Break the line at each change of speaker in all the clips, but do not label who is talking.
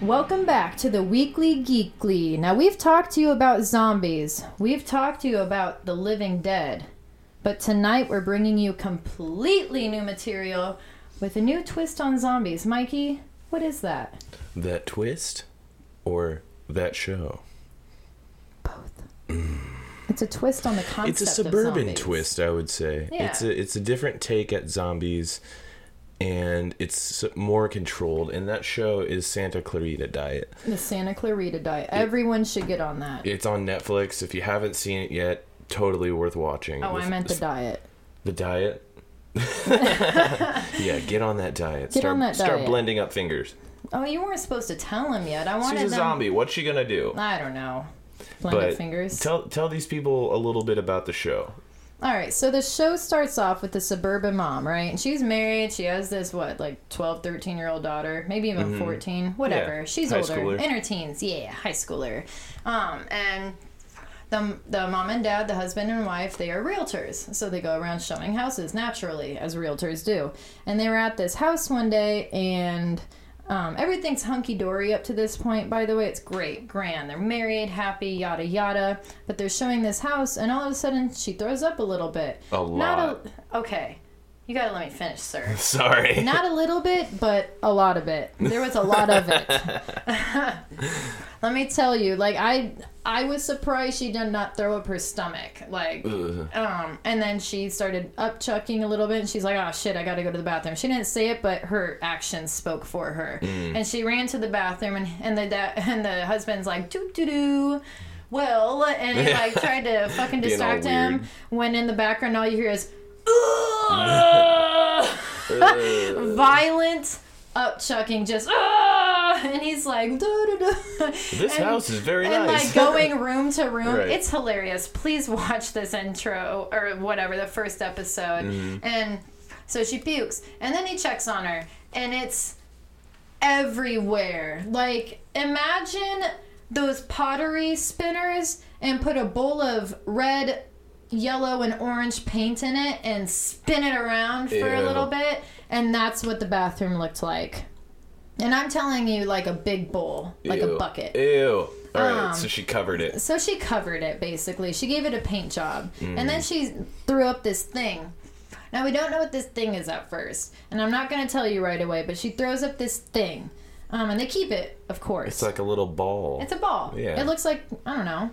Welcome back to the Weekly Geekly. Now, we've talked to you about zombies, we've talked to you about the living dead, but tonight we're bringing you completely new material with a new twist on zombies. Mikey, what is that?
That twist or that show?
It's a twist on the concept.
it's a
of
suburban
zombies.
twist, I would say.
Yeah.
It's a it's a different take at zombies and it's s- more controlled and that show is Santa Clarita Diet.
The Santa Clarita Diet. Everyone should get on that.
It's on Netflix if you haven't seen it yet, totally worth watching.
oh, I
With-
meant the diet.
the diet. yeah, get on that diet.
Get
start
on that
start
diet.
blending up fingers.
Oh, you weren't supposed to tell him yet. I wanted
She's a
them-
zombie. What's she going to do?
I don't know. Blended
But
fingers.
tell tell these people a little bit about the show.
All right, so the show starts off with the suburban mom, right? And she's married. She has this, what, like 12, 13 year old daughter, maybe even 14, whatever.
Mm-hmm. Yeah,
She's
high
older,
schooler.
in her teens, yeah, high schooler. Um, and the, the mom and dad, the husband and wife, they are realtors. So they go around showing houses naturally, as realtors do. And they were at this house one day, and um, everything's hunky dory up to this point, by the way. It's great, grand. They're married, happy, yada yada. But they're showing this house, and all of a sudden, she throws up a little bit.
A lot.
a, okay, you gotta let me finish, sir.
Sorry.
Not a little bit, but a lot of it. There was a lot of it. Let me tell you, like I I was surprised she did not throw up her stomach. Like um and then she started upchucking a little bit and she's like, "Oh shit, I got to go to the bathroom." She didn't say it, but her actions spoke for her.
Mm.
And she ran to the bathroom and and the da- and the husband's like, "Doo doo doo." Well, and he like tried to fucking
Being all
distract him
weird.
when in the background all you hear is "Ugh." violent upchucking just ah! and he's like duh, duh, duh.
This
and,
house is very
and like
nice.
going room to room
Right.
it's hilarious please watch this intro or whatever the first episode
Mm-hmm.
and so she pukes and then he checks on her and it's everywhere like imagine those pottery spinners and put a bowl of red yellow and orange paint in it and spin it around for a
Ew.
little bit and that's what the bathroom looked like and i'm telling you like a big bowl like a
Ew.
bucket
Ew. All right,
Um,
so she covered it.
so she covered it basically she gave it a paint job and
Mm.
then she threw up this thing now we don't know what this thing is at first and i'm not going to tell you right away but she throws up this thing um, and they keep it of course
It's like a little ball.
It's a ball
Yeah.
it looks like i don't know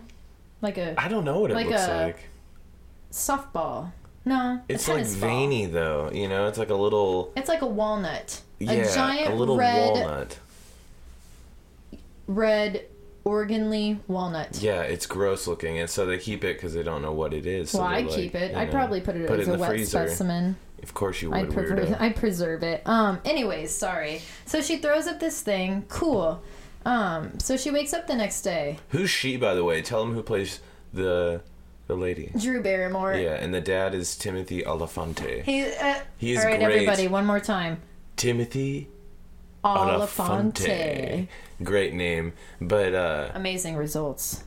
like a
I don't know what it
like
looks
a-
like.
softball no a
It's like
tennis ball.
veiny though, you know. It's like a little
it's like a walnut
yeah,
a giant
little
red
walnut.
red organly walnut
Yeah, it's gross looking, and so they keep it because they don't know what it is. So
well,
they,
I'd
like,
keep it.
you
I'd
know,
probably put it
put
as
in
a
the
wet
freezer.
specimen.
Of course you would.
I'd prefer
weirdo.
I preserve it. Um anyways, sorry. So she throws up this thing. Cool. Um so she wakes up the next day.
Who's she, by the way? Tell them who plays the the lady.
Drew Barrymore.
Yeah, and the dad is Timothy Olafante.
He uh,
He is
All right,
great.
everybody, one more time.
Timothy
Oliphante.
Olafante. Great name, but uh,
Amazing results.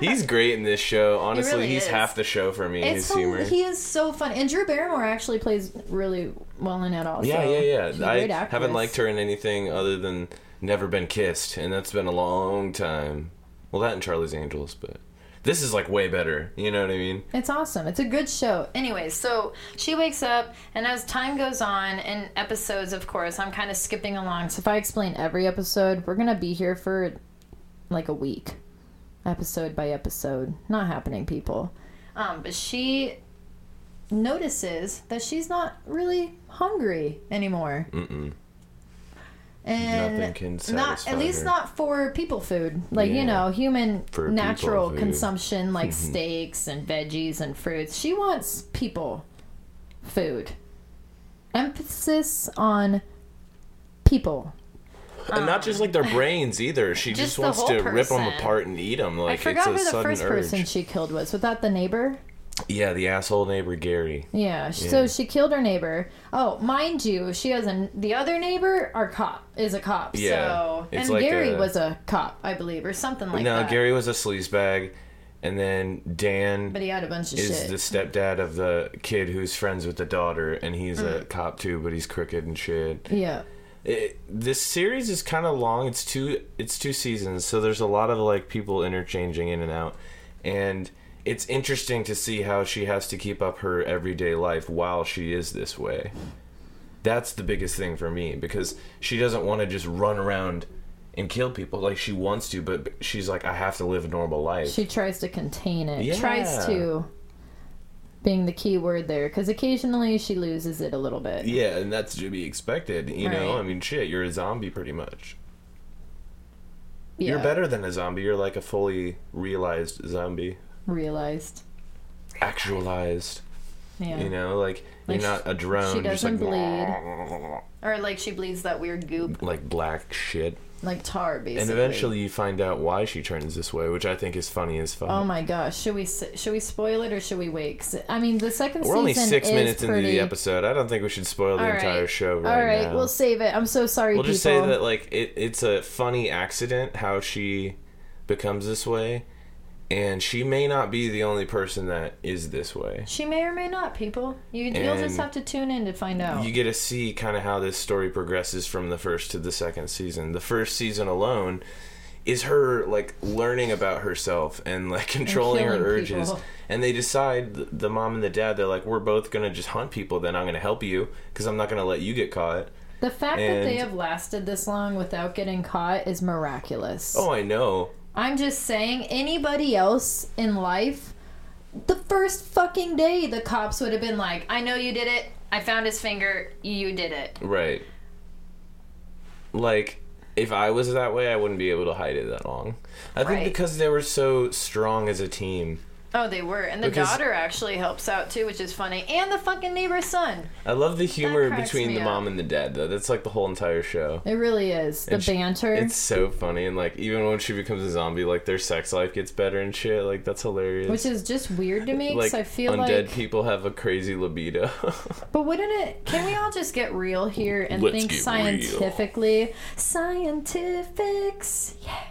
he's great in this show. Honestly,
really
he's
is.
half the show for me. his
It's so,
humor.
he is so fun. And Drew Barrymore actually plays really well in it also.
Yeah, yeah,
She's a
yeah.
great
I
actress.
haven't liked her in anything other than Never Been Kissed, and that's been a long time. Well, that and Charlie's Angels, but this is like way better. You know what I mean?
It's awesome. It's a good show. Anyways, so she wakes up, and as time goes on, and episodes, of course, I'm kind of skipping along. So if I explain every episode, we're going to be here for like a week, episode by episode. Not happening, people. Um, but she notices that she's not really hungry anymore. Mm-mm. And
Nothing can
not
satisfy
at least
her.
not for people food, like you
Yeah.
know, human
For people
natural
food.
consumption like steaks and veggies and fruits. She wants people food. Emphasis on people.
and not just like their brains either. She
um, Just
just,
the
wants
whole
to rip them
person.
apart and eat them. Like
I forgot
it's a
who the
sudden
first
urge.
person she killed was. Was that the neighbor?
Yeah, the asshole neighbor Gary.
Yeah. sh So she killed her neighbor. Oh, mind you, she has an the other neighbor. Our cop is a cop.
Yeah.
So
It's
and
like
Gary
a-
was a cop, I believe, or something like
no,
that.
Gary was a sleazebag, and then Dan.
But he had a bunch of
is
shit.
the stepdad of the kid who's friends with the daughter, and he's a cop too, but he's crooked and shit.
Yeah.
it, this series is kind of long. It's two it's two seasons, so there's a lot of like people interchanging in and out, and it's interesting to see how she has to keep up her everyday life while she is this way. That's the biggest thing for me because she doesn't want to just run around and kill people like she wants to, but she's like, I have to live a normal life.
She tries to contain it.
Yeah.
Tries to being the key word there because occasionally she loses it a little bit.
yeah, and that's to be expected. You know,
Right.
I mean, shit, you're a zombie pretty much.
Yeah.
You're better than a zombie. You're like a fully realized zombie,
Realized.
actualized.
Yeah.
You know, like,
Like,
you're not a drone.
she
just like,
doesn't Or like she bleeds that weird goop,
Like black shit.
like tar, basically.
And eventually you find out why she turns this way, which I think is funny as fuck.
Oh my gosh! Should we s- should we spoil it or should we wait? 'Cause, I mean, the second
We're
season
only six
is
minutes
pretty...
into the episode. I don't think we should spoil the
All right.
entire show right
All right,
now.
we'll save it. I'm so sorry,
We'll
people.
just say that like it, it's a funny accident how she becomes this way, and she may not be the only person that is this way.
she may or may not. People, you you'll
And
just have to tune in to find out.
You get to see kind of how this story progresses from the first to the second season. The first season alone is her like learning about herself and like controlling her
killing
urges.
people.
And they decide th- the mom and the dad they're like we're both going to just hunt people then I'm going to help you cuz I'm not going to let you get caught.
the fact that they
and-
have lasted this long without getting caught is miraculous.
Oh, I know.
I'm just saying, anybody else in life, the first fucking day, the cops would have been like, "I know you did it. I found his finger. You did it."
Right. Like, if I was that way, I wouldn't be able to hide it that long. I think
Right.
because they were so strong as a team.
Oh, they were. And the
Because-
daughter actually helps out too, which is funny. And the fucking neighbor's son.
I love the humor
cracks
between
me
the
up.
mom and the dad, though. That's like the whole entire show.
It really is. The
And she-
banter.
It's so funny, and like even when she becomes a zombie, like their sex life gets better and shit. Like that's hilarious.
which is just weird to me
like
because I feel
undead
like.
people have a crazy libido.
But wouldn't it? Can we all just get real here and
Let's
think
get real.
scientifically? Scientifics. Yeah.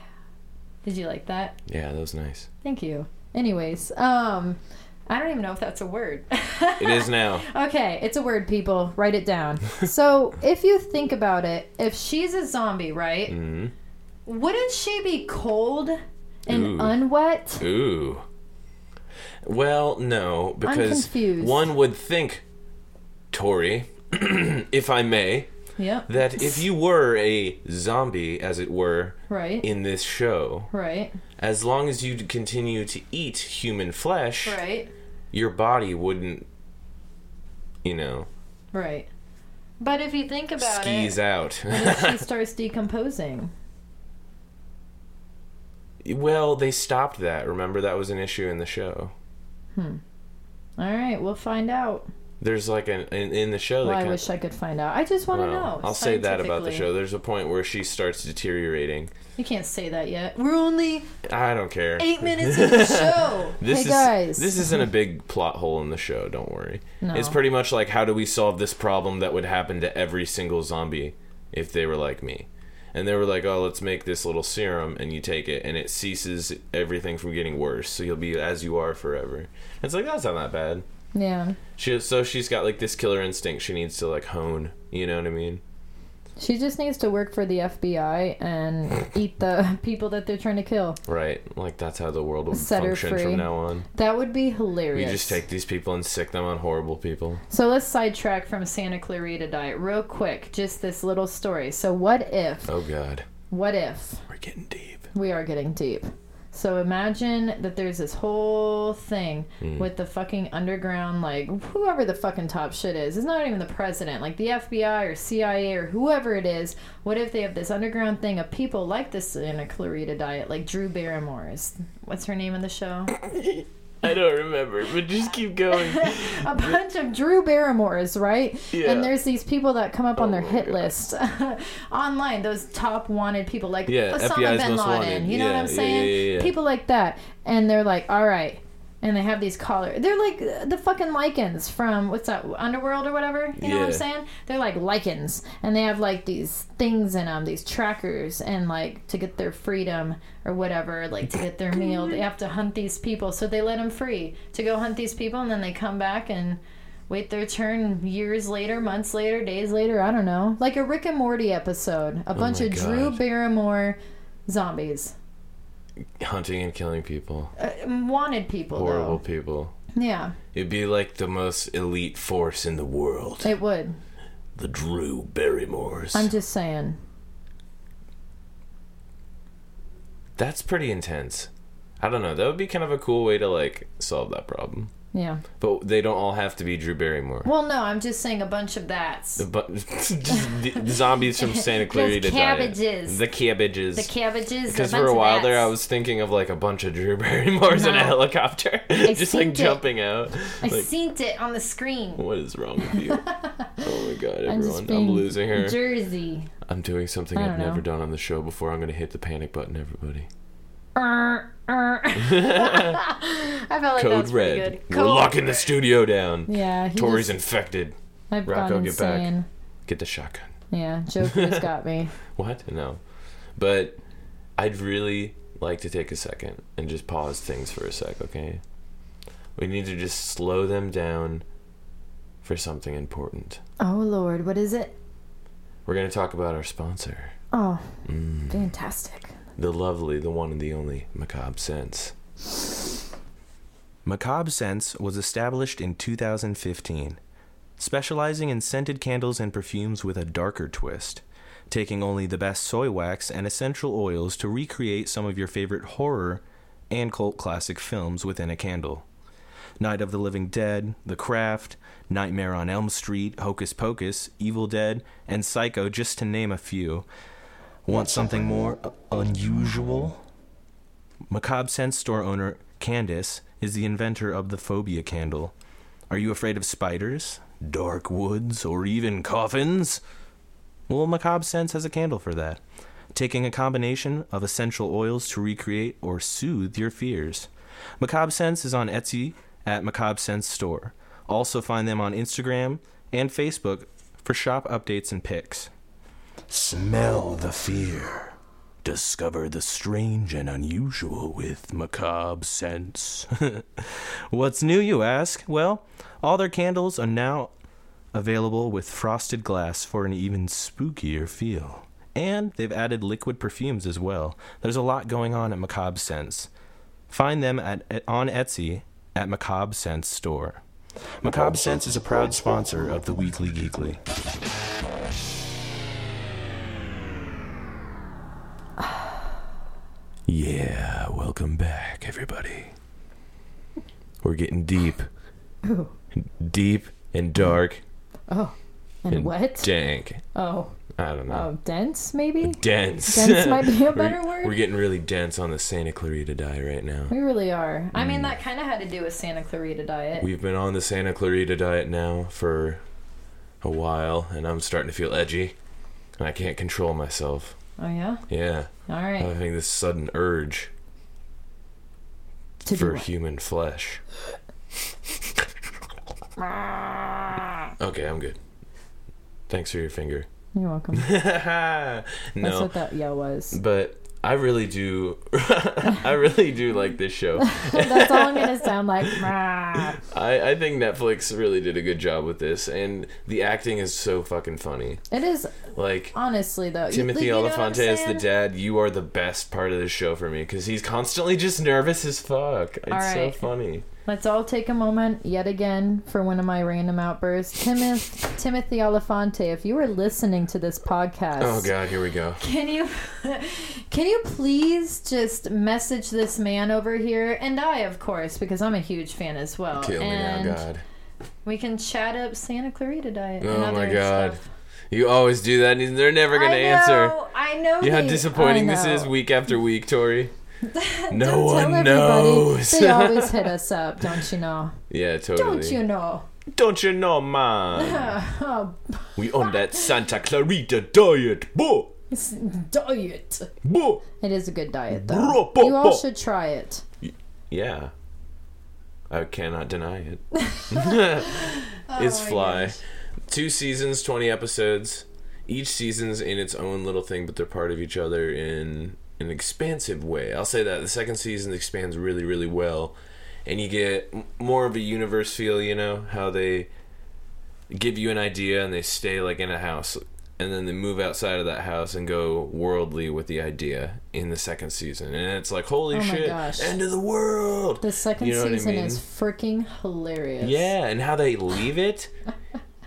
Did you like that?
yeah, that was nice.
Thank you. Anyways, um, I don't even know if that's a word.
It is now.
Okay, it's a word, people. Write it down. so, if you think about it, if she's a zombie, right?
Mm-hmm.
Wouldn't she be cold and
Ooh.
unwet?
Ooh. Well, no, because
confused.
one would think, Tori, if I may,
Yep.
that if you were a zombie, as it were,
Right.
in this show,
right.
as long as you continue to eat human flesh,
Right.
your body wouldn't, you know,
Right. But if you think about
skis out.
it, she starts decomposing.
well, they stopped that. Remember, that was an issue in the show.
All right, we'll find out.
There's like an in, in the show. they
Well, I
kind of-
wish I could find out. I just want to
Well,
know.
I'll say that about the
scientifically.
show. There's a point where she starts deteriorating.
You can't say that yet. We're only
I don't care.
eight minutes into the show.
This
hey
is
guys.
this isn't a big plot hole in the show. Don't worry.
No.
It's pretty much like how do we solve this problem that would happen to every single zombie if they were like me, and they were like, oh, let's make this little serum, and you take it, and it ceases everything from getting worse, so you'll be as you are forever. It's like that's not that bad.
yeah.
She so she's got like this killer instinct she needs to like hone. You know what I mean?
She just needs to work for the FBI and eat the people that they're trying to kill. Right.
Right. Like that's how the world will
Set her
function
free.
from now on.
That would be hilarious.
You just take these people and sick them on horrible people.
So let's sidetrack from Santa Clarita Diet real quick. Just this little story. So what if?
Oh god.
What if
We're getting deep.
we are getting deep? So imagine that there's this whole thing with the fucking underground, like whoever the fucking top shit is. It's not even the president, like the FBI or CIA or whoever it is. What if they have this underground thing of people like the Santa Clarita Diet, like Drew Barrymore is what's her name in the show?
I don't remember, but just keep going.
a bunch of Drew Barrymores, right?
Yeah. Oh
And there's these people that come up on their
my
hit
God.
list online, those top wanted people like
Yeah,
Osama
FBI's
bin Laden.
most wanted.
You know what
Yeah,
I'm
yeah,
saying?
yeah, yeah.
People like that. And they're like, all right. And they have these collars. They're like uh, the fucking lichens from what's that underworld or whatever. You know what I'm
Yeah.
saying? They're like lichens, and they have like these things in them, these trackers, and like to get their freedom or whatever, like to get their meal, they have to hunt these people. So they let them free to go hunt these people, and then they come back and wait their turn years later, months later, days later. I don't know. Like a Rick and Morty episode, a bunch
Oh my
of Drew
God.
Barrymore zombies,
Hunting and killing people.
uh, wanted people.
Horrible people.
Though. Yeah,
It'd be like the most elite force in the world.
it would.
The Drew Barrymores.
I'm just saying.
That's pretty intense. I don't know. That would be kind of a cool way to like solve that problem.
Yeah.
But they don't all have to be Drew Barrymore.
Well, no, I'm just saying a bunch of that's.
But just the the zombies from Santa Clarita Diet.
cabbages.
The cabbages.
The cabbages. Because
Because for a while there, I was thinking of like a bunch of Drew Barrymores in a
No.
helicopter, just
seen
like
it.
jumping out.
I
like,
seen it on the screen.
what is wrong with you? oh my god,
I'm just
everyone! I'm,
being
losing her.
Jersey.
I'm doing something
I
I've
don't know.
never done on the show before. I'm gonna hit the panic button, everybody.
Er, er. I felt like that
Code
was pretty
Red.
good.
We're
Code
locking the
Red.
studio down.
Yeah, he
Tori's
just,
infected.
I've
Rocco,
gone
get back.
insane.
Get the shotgun.
Yeah, Joker's got me.
What? No. But I'd really like to take a second and just pause things for a sec, okay? We need to just slow them down for something important.
Oh Lord, what is it?
We're going to talk about our sponsor,
Oh,
Mm.
fantastic.
the lovely, the one and the only Macabre Sense. Macabre Sense was established in 2015, specializing in scented candles and perfumes with a darker twist, taking only the best soy wax and essential oils to recreate some of your favorite horror and cult classic films within a candle. Night of the Living Dead, The Craft, Nightmare on Elm Street, Hocus Pocus, Evil Dead, and Psycho, just to name a few. Want something more unusual? Macabre Sense store owner Candace is the inventor of the phobia candle. Are you afraid of spiders, dark woods, or even coffins? Well, Macabre Sense has a candle for that, taking a combination of essential oils to recreate or soothe your fears. Macabre Sense is on Etsy at Macabre Sense Store. Also, find them on Instagram and Facebook for shop updates and pics. Smell the fear. Discover the strange and unusual with macabre scents. What's new, you ask? Well, all their candles are now available with frosted glass for an even spookier feel. And they've added liquid perfumes as well. There's a lot going on at Macabre Scents. Find them at, at- on Etsy at Macabre Scents Store. Macabre Scents is a proud sponsor of the Weekly Geekly. Yeah, welcome back, everybody. We're getting deep. Deep and dark
Oh, and,
and
what?
dank.
oh,
I don't know.
oh, dense maybe.
dense.
dense might be a
We're-
better word.
We're getting really dense on the Santa Clarita Diet right now.
We really are. I
Mm.
mean, that kind of had to do with Santa Clarita Diet.
We've been on the Santa Clarita Diet now for a while, and I'm starting to feel edgy, and I can't control myself.
oh yeah.
Yeah,
All right.
I'm having this sudden urge
to do
for
what?
human flesh. Okay, I'm good. Thanks for your finger.
You're welcome.
no.
That's what that yell was.
but I really do. I really do like this show.
That's all I'm gonna sound like. "Rah."
I, I think Netflix really did a good job with this, and the acting is so fucking funny.
It is
Like
honestly though. you-
Timothy
you know what I'm
Oliphante as the
saying?
dad, you are the best part of this show for me because he's constantly just nervous as fuck. It's so
right.
funny.
Let's all take a moment yet again for one of my random outbursts. Timoth- Timothy Oliphante, if you are listening to this podcast,
Oh god, here we go.
can you can you please just message this man over here and I, of course, because I'm a huge fan as well.
Kill me now,
and
God.
we can chat up Santa Clarita diet. and
Oh my
other
god.
stuff.
You always do that, and they're never gonna
I know,
answer.
I know.
You know how
they-
disappointing
I
this is
know.
week after week, Tori.
Don't
no
tell
one
everybody.
knows.
They always hit us up, don't you know?
yeah, totally.
Don't you know?
Don't you know, man?
Oh,
We on that Santa Clarita diet, boo,
it's diet.
boo.
It is a good diet,
Bro,
though.
bo-
You all
bo.
should try it.
Yeah, I cannot deny it.
Oh
it's fly. Two seasons, twenty episodes. Each season's in its own little thing, but they're part of each other in an expansive way. I'll say that the second season expands really, really well, and you get m- more of a universe feel. You know how they give you an idea and they stay like in a house and then they move outside of that house and go worldly with the idea in the second season and it's like holy
Oh my
shit
gosh.
end of the world
The second
You know what I
season
mean?
is freaking hilarious.
yeah and how they leave it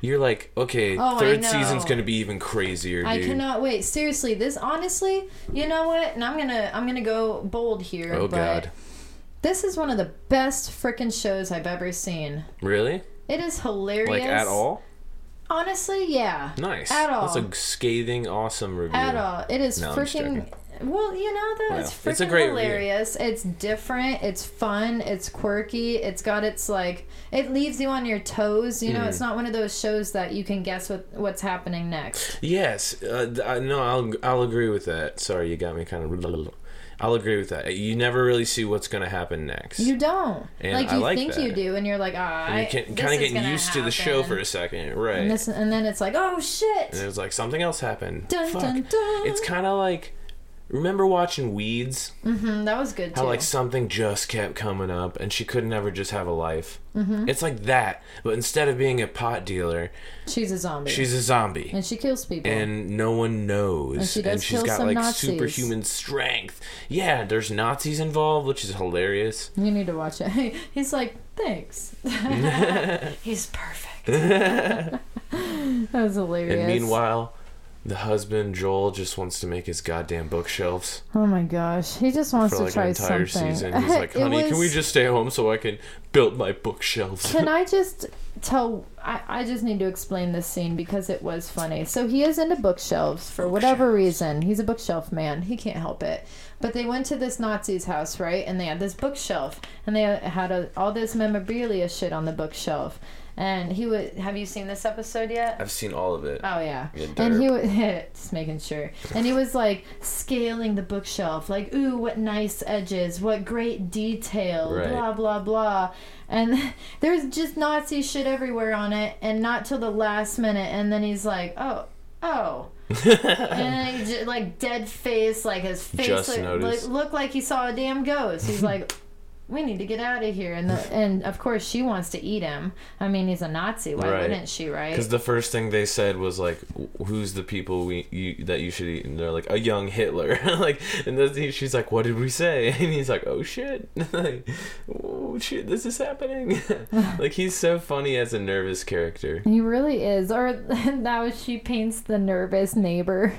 you're like okay
Oh, I
third
know.
season's gonna be even crazier dude
I cannot wait. Seriously, this honestly, you know what? And I'm gonna I'm gonna go bold here.
oh
but
god
This is one of the best freaking shows I've ever seen.
really
It is hilarious.
like at all
Honestly, yeah.
nice
At all.
that's a scathing awesome review
At all. It is
No, I'm just
freaking. Well, you know though, it's
Wow.
freaking
It's a great review.
hilarious. It's different. It's fun. It's quirky. It's got its like. It leaves you on your toes. You know,
Mm.
it's not one of those shows that you can guess what what's happening next.
Yes, uh, th- I- no, I'll I'll agree with that. Sorry, you got me kind of. I'll agree with that. You never really see what's going to happen next.
You don't.
And
like
I
you
like
think
that.
you do, and you're like, ah.
And you
I-
can
this
kind of
is
get
gonna
used to the show for
happen.
a second, right?
And,
And,
this, and then it's like, oh shit.
it was like something else happened.
Dun,
Fuck.
dun, dun.
It's kind of like remember watching Weeds?
Mm, that was good too.
How like something just kept coming up, and she could never just have a life. Mm-hmm. It's like that, but instead of being a pot dealer,
She's a zombie.
she's a zombie.
and she kills people.
and no one knows. And,
she does
she's
kill
got
some
like
Nazis.
superhuman strength. Yeah, there's Nazis involved, which is hilarious.
you need to watch it. He's like, thanks. He's perfect. that was hilarious.
And meanwhile, the husband Joel just wants to make his goddamn bookshelves
oh my gosh, he just wants
for
to
like an
try
entire
something.
season. He's like,
It
"Honey, can we
was-
just stay home so I can build my bookshelves?"
Can I just tell? I, I just need to explain this scene because it was funny. So he is into bookshelves for whatever reason. He's a bookshelf man. He can't help it. But they went to this Nazi's house, right? And they had this bookshelf, and they had a, all this memorabilia shit on the bookshelf. And he would. Have you seen this episode yet?
I've seen all of it.
Oh yeah,
Yeah,
and he was just making sure, and he was like scaling the bookshelf, like ooh, what nice edges, what great detail,
Right.
blah blah blah, and there's just Nazi shit everywhere on it, and not till the last minute, and then he's like, oh, oh. and then he just, like dead face, like his face
Just
look- look-
noticed.
looked like he saw a damn ghost. He's like, "We need to get out of here." And the, and of course she wants to eat him. I mean, he's a Nazi. Why
Right.
wouldn't she? Right?
Because the first thing they said was like, "Wh- "Who's the people we you, that you should eat?" And they're like, "A young Hitler." like, and then he- she's like, "What did we say?" And he's like, "Oh shit! like, oh shit! This is happening!" like, he's so funny as a nervous character.
He really is. Or now she paints the nervous neighbor.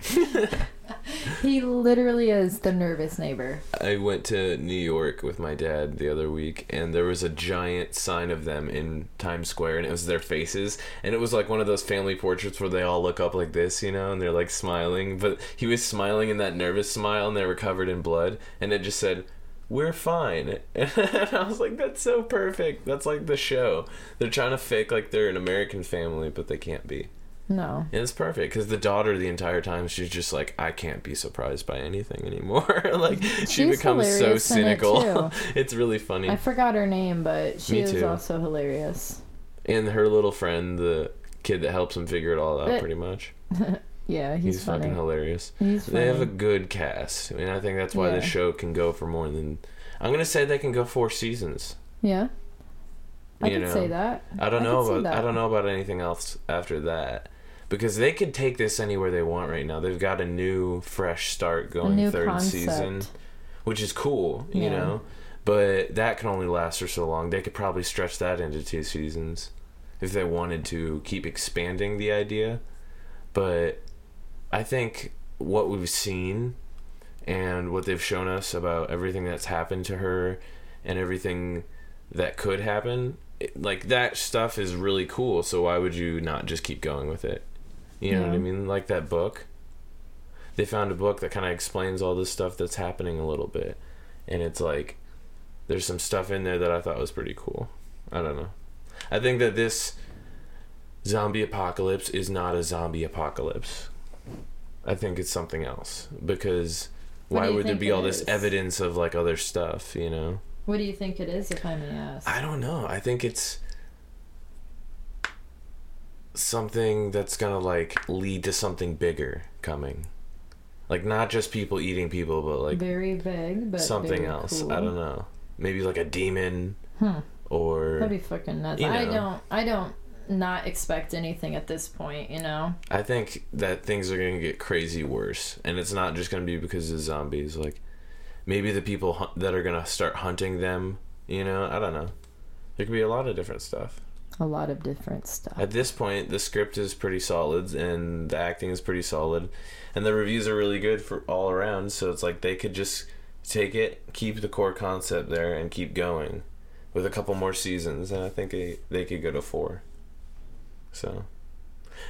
he literally is the nervous neighbor.
I went to New York with my dad the other week, and there was a giant sign of them in Times Square, and it was their faces, and it was like one of those family portraits where they all look up like this, you know, and they're like smiling, but he was smiling in that nervous smile, and they were covered in blood, and it just said, "We're fine," and I was like, "That's so perfect. That's like the show. They're trying to fake like they're an American family, but they can't be."
No.
And it's perfect because the daughter the entire time she's just like I can't be surprised by anything anymore. like she
She's
becomes so
hilarious in it,
cynical.
too.
it's really funny.
I forgot her name, but she
Me
is
too.
also hilarious.
and her little friend, the kid that helps him figure it all out,
It-
pretty much.
Yeah,
He's,
he's, funny.
fucking hilarious.
He's funny.
They have a good cast, I mean, I think that's why
Yeah.
the show can go for more than. I'm gonna say they can go four seasons.
yeah. I
you
could
know.
say that.
I don't
I
know
could see
about I
that.
don't know about anything else after that. Because they could take this anywhere they want right now. They've got a new fresh start going
new
third
concept.
season. Which is cool, you
Yeah.
know. But that can only last for so long. They could probably stretch that into two seasons if they wanted to keep expanding the idea. But I think what we've seen and what they've shown us about everything that's happened to her and everything that could happen, it, like that stuff is really cool. So why would you not just keep going with it? You know what I
Yeah.
mean? Like that book. They found a book that kind of explains all this stuff that's happening a little bit. And it's like there's some stuff in there that I thought was pretty cool. I don't know. I think that this zombie apocalypse is not a zombie apocalypse. I think it's something else because
What
why
do you
would there
think
be
it
all this
is?
evidence of like other stuff, you know?
What do you think it is, if I may ask?
I don't know. I think it's something that's gonna like lead to something bigger coming. Like not just people eating people, but like
very vague, but
something
very
else.
Cool.
I don't know. Maybe like a demon
Hmm.
or
That'd be fucking nuts.
You
I
know.
don't. I don't. not expect anything at this point, you know?
I think that things are going to get crazy worse, and it's not just going to be because of zombies. Like, maybe the people hun- that are going to start hunting them. You know, I don't know. There could be a lot of different stuff.
A lot of different stuff.
At this point, the script is pretty solid, and the acting is pretty solid, and the reviews are really good for all around. So it's like they could just take it, keep the core concept there, and keep going with a couple more seasons, and I think they, they could go to four. So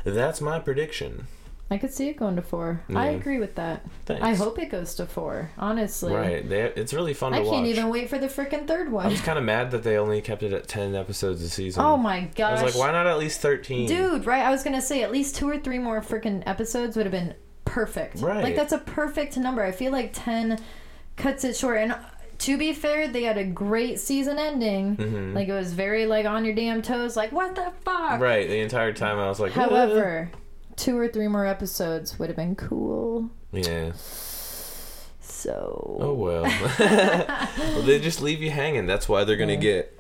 that's my prediction.
I could see it going to four. I
Yeah.
agree with that.
Thanks.
I hope it goes to four, honestly.
Right, they, it's really fun
I
to
can't
watch.
even wait for the freaking third
I
one.
was kind of mad that they only kept it at ten episodes a season.
Oh my gosh.
I was like, why not at least thirteen?
Dude, right? I was gonna say at least two or three more freaking episodes would have been perfect.
Right.
Like that's a perfect number. I feel like ten cuts it short. And to be fair, they had a great season ending.
Mm-hmm.
Like it was very like on your damn toes. Like what the fuck.
Right, the entire time I was like,
However, two or three more episodes would have been cool.
"Ugh." yeah.
So
Oh well. Well, they just leave you hanging. That's why they're gonna
Yeah.
get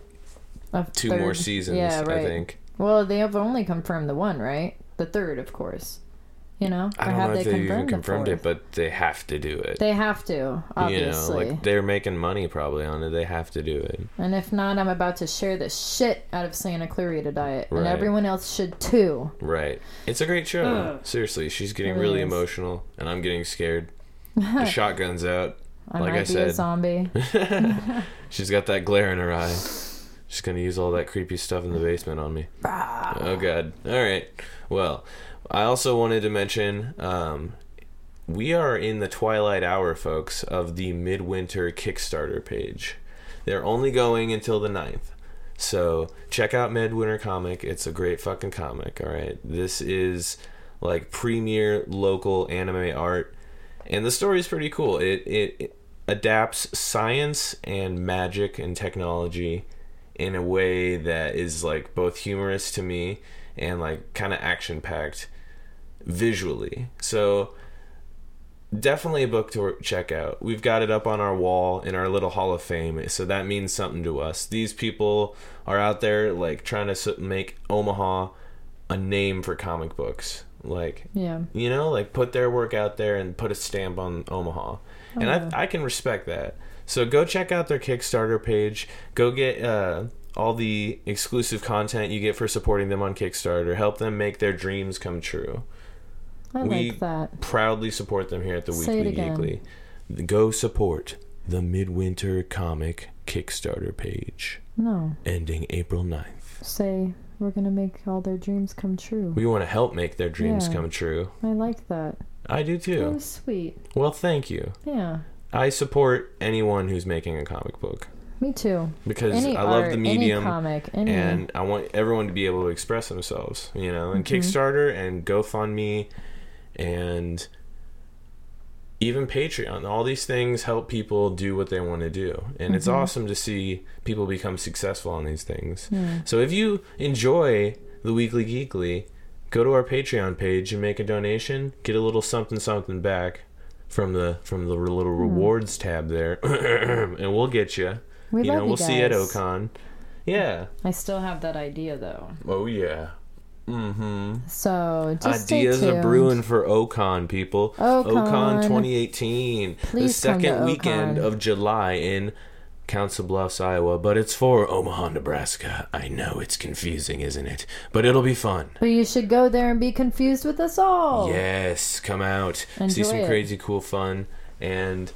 A
two
third-
more seasons.
Yeah, right.
I think.
Well, they have only confirmed the one, right? The third, of course. You know,
I don't
have
know if they even
the
confirmed
fourth?
it, but they have to do it.
They have to,
you know,
obviously.
like they're making money probably on it. They have to do it.
And if not, I'm about to share the shit out of Santa Clarita Diet. And
Right.
everyone else should too.
Right. It's a great show.
Ugh.
Seriously, she's getting
It
really
is.
emotional, and I'm getting scared. the shotgun's out.
I
Like
might be
I
a
said.
zombie.
She's got that glare in her eye. She's gonna use all that creepy stuff in the basement on me. Oh god. All right. Well, I also wanted to mention um, we are in the twilight hour, folks, of the midwinter Kickstarter page. They're only going until the 9th. So check out Midwinter Comic. It's a great fucking comic. All right. This is like premier local anime art, and the story is pretty cool. It it, it adapts science and magic and technology in a way that is like both humorous to me and like kind of action packed visually. So definitely a book to check out. We've got it up on our wall in our little hall of fame, so that means something to us. These people are out there like trying to s- make Omaha a name for comic books. Like
Yeah.
you know, like put their work out there and put a stamp on Omaha. And I, I can respect that. So go check out their Kickstarter page. Go get uh, all the exclusive content you get for supporting them on Kickstarter. Help them make their dreams come true.
I
We-
like that.
Proudly support them here at the
Say it
Weekly
again.
Geekly. Go support the Midwinter Comic Kickstarter page
No.
ending April 9th.
Say, we're going to make all their dreams come true.
We want to help make their dreams
Yeah.
come true.
I like that.
I do
That
too.
was sweet.
Well, thank you.
Yeah.
I support anyone who's making a comic book
Me too.
because
Any
I
art,
love the medium
any comic, any.
and I want everyone to be able to express themselves, you know, and
Mm-hmm.
Kickstarter and GoFundMe and even Patreon. All these things help people do what they want to do. And it's
Mm-hmm.
awesome to see people become successful on these things. So if you enjoy the Weekly Geekly, go to our Patreon page and make a donation, get a little something something back from the from the little
Mm-hmm.
rewards tab there and we'll get you.
we
you
love
know, we'll
you guys.
see you at Ocon. Yeah.
I still have that idea though.
Oh yeah. Mm-hmm.
So just
Ideas
stay tuned.
are brewing for Ocon, people.
Ocon.
2018, the
Please come to
second weekend
Ocon.
of July in Council Bluffs, Iowa. But it's for Omaha, Nebraska. I know it's confusing, isn't it? But it'll be fun.
But you should go there and be confused with us all.
Yes, come out, see
Oh. Enjoy
some
it.
crazy cool fun, and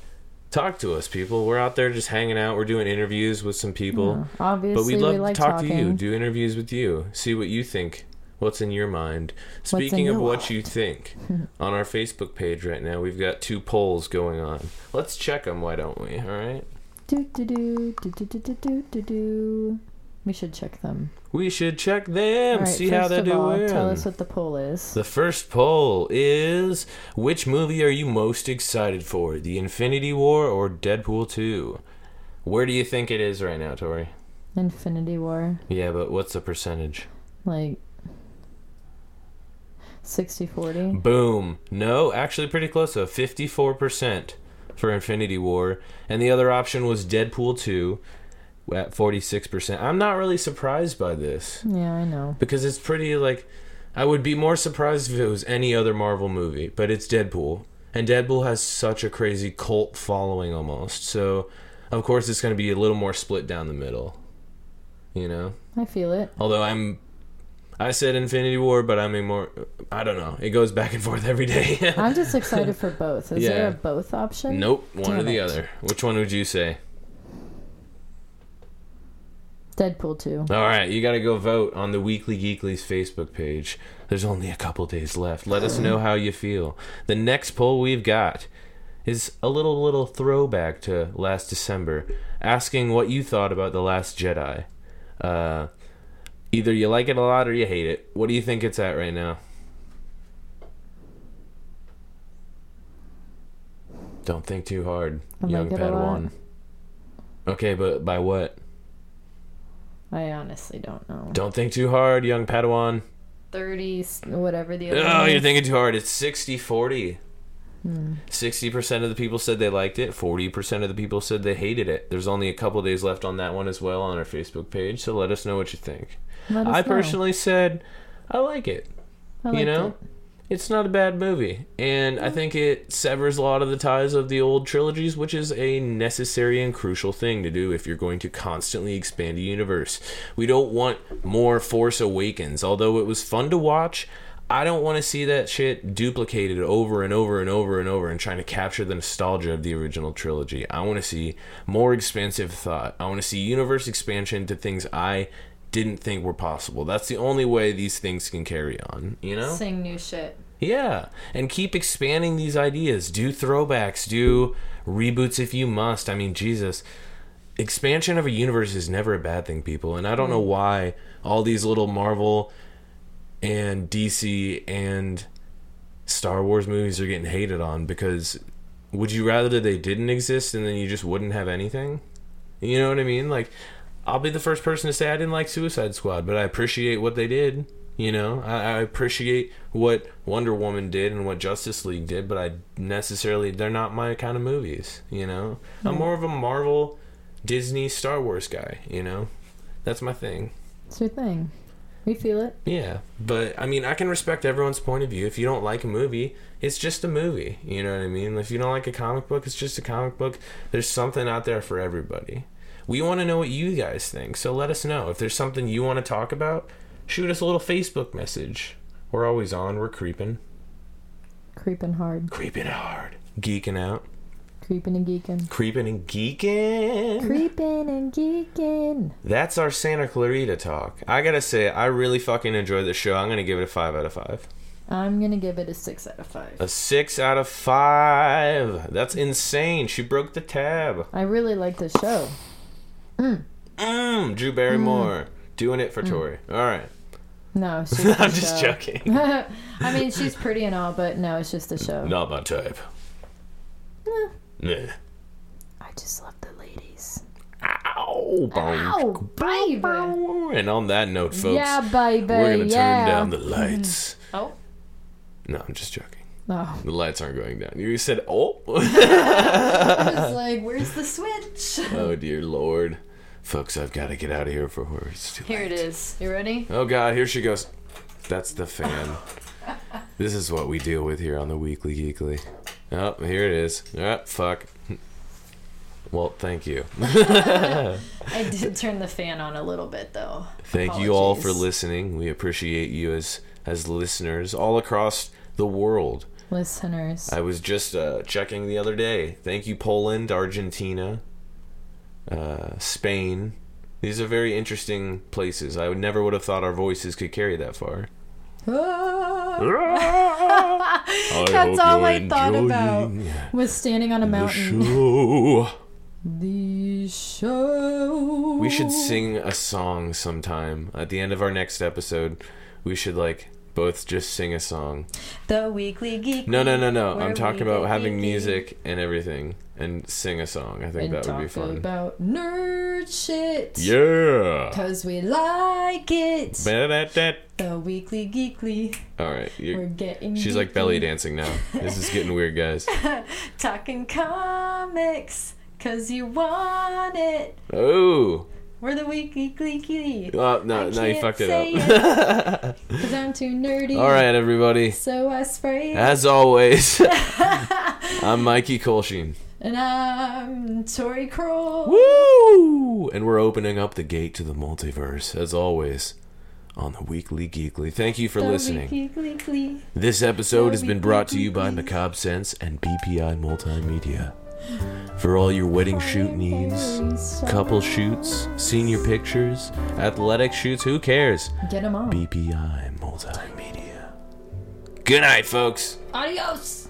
talk to us, people. We're out there just hanging out. We're doing interviews with some people.
Obviously,
But we'd love
we like
to talk
talking.
to you, do interviews with you, see what you think, what's in your mind.
in
Speaking of
your
what you think, on our Facebook page right now, we've got two polls going on. Let's check them, why don't we? All right.
Do, do, do, do, do, do, do, do, do, do. We should check them.
We should check them,
All right,
see how
first
they're
of all,
doing.
Tell us what the poll is.
The first poll is Which movie are you most excited for? The Infinity War or Deadpool 2? Where do you think it is right now, Tori?
Infinity War,
Yeah, but what's the percentage?
like 60 40.
Boom. No, actually pretty close though. 54% for Infinity War. And the other option was Deadpool 2. at 46%. I'm not really surprised by this
Yeah, I know.
because it's pretty like I would be more surprised if it was any other Marvel movie, but it's Deadpool. And Deadpool has such a crazy cult following almost. So, of course it's going to be a little more split down the middle. You know?
I feel it.
Although I'm I said Infinity War, but I mean more I don't know. It goes back and forth every day.
I'm just excited for both. Is there
Yeah.
a both option?
nope, one or
Damn
the
it.
other. Which one would you say?
Deadpool 2.
All right, you got to go vote on the Weekly Geekly's Facebook page. There's only a couple days left. Let us know how you feel. The next poll we've got is a little little throwback to last December, asking what you thought about the Last Jedi. Uh, either you like it a lot or you hate it. What do you think it's at right now? Don't think too hard,
I
young
like it a lot.
Padawan. Okay, but by what?
I honestly don't know.
Don't think too hard, young Padawan.
30, whatever the other
Oh,
one
you're
is. Hmm.
thinking too hard. It's 60 40. 60% of the people said they liked it. 40% of the people said they hated it. There's only a couple days left on that one as well on our Facebook page, so let us know what you think.
Let us
I
know.
personally said I like it.
I
you
liked
know?
it.
It's not a bad movie, and I think it severs a lot of the ties of the old trilogies, which is a necessary and crucial thing to do if you're going to constantly expand a universe. We don't want more Force Awakens, although it was fun to watch. I don't want to see that shit duplicated over and over and over and over and trying to capture the nostalgia of the original trilogy. I want to see more expansive thought. I want to see universe expansion to things I didn't think were possible. That's the only way these things can carry on, you know?
Sing new shit.
Yeah, and keep expanding these ideas. Do throwbacks, do reboots if you must. I mean, Jesus. Expansion of a universe is never a bad thing, people. And I don't know why all these little Marvel and DC and Star Wars movies are getting hated on because would you rather that they didn't exist and then you just wouldn't have anything? You know what I mean? Like, I'll be the first person to say I didn't like Suicide Squad, but I appreciate what they did. You know, I, I appreciate what Wonder Woman did and what Justice League did, but I necessarily they're not my kind of movies. You know, I'm more of a Marvel, Disney, Star Wars guy. You know, that's my thing.
It's your thing. We feel it.
Yeah, but I mean, I can respect everyone's point of view. If you don't like a movie, it's just a movie. You know what I mean? If you don't like a comic book, it's just a comic book. There's something out there for everybody. We want to know what you guys think, so let us know. If there's something you want to talk about, shoot us a little Facebook message. We're always on, we're creeping.
Creeping hard.
Creeping hard. Geeking out.
Creeping and geeking.
Creeping and geeking.
Creeping and geeking.
That's our Santa Clarita talk. I gotta say, I really fucking enjoyed the show. I'm gonna give it a 5 out of 5.
I'm gonna give it a six out of five.
A six out of five. That's insane. She broke the tab.
I really like the show.
Mm, Drew Barrymore doing it for
Mm.
Tori. All right.
No, it's just
I'm
the
just
show.
joking.
I mean, she's pretty and all, but no, it's just the show.
Not my type.
Nah.
Nah.
I just love the ladies.
Ow, bonk.
Oh, baby.
And on that note, folks,
Yeah, baby.
we're gonna
yeah. Mm.
turn down the lights.
Oh.
No, I'm just joking.
No.
The lights aren't going down. You said, oh.
I was like, where's the switch?
oh, dear Lord. Folks, I've got to get out of here for her. It's too
Here it is. You ready?
Oh God, here she goes. That's the fan. this is what we deal with here on the Weekly Geekly. Oh, here it is. Oh, fuck. Well, thank you.
I did turn the fan on a little bit, though.
Thank you all for
Apologies.
listening. We appreciate you as as listeners all across the world.
Listeners.
I was just uh, checking the other day. Thank you, Poland, Argentina, uh, Spain. These are very interesting places. I would never would have thought our voices could carry that far.
Ah.
hope
That's all
you're
I thought about.
enjoying
Was standing on a
the
mountain.
show.
The show.
We should sing a song sometime. At the end of our next episode, we should like both just sing a song.
The Weekly Geek.
No, no, no, no.
Where
I'm talking
we
about
get
having
geeky.
music and everything and sing a song. I
And
think that would be
talk
fun.
about nerd shit.
yeah.
Cause we like it.
Ba-da-da-da.
The Weekly Geekly.
All right.
We're
You're,
getting.
she's like
geeky.
belly dancing now. This is getting weird, guys.
Talking comics. Cause you want it.
Oh.
We're the Weekly Gleeky.
Uh, no,
I
no, you
can't
fucked it
say
up.
Because I'm too nerdy.
All right, everybody.
So I spray.
As always, I'm Mikey Kolshin.
and I'm Tori Kroll.
Woo! And we're opening up the gate to the multiverse, as always, on the Weekly Geekly. Thank you for
The
listening.
Weekly Gleeky.
This episode
The
has been
Weekly
brought to you by
Geekly.
Macabre Sense and BPI Multimedia. For all your wedding shoot needs, couple shoots, senior pictures, athletic shoots, who cares?
Get them on.
BPI Multimedia. Good night, folks.
Adios.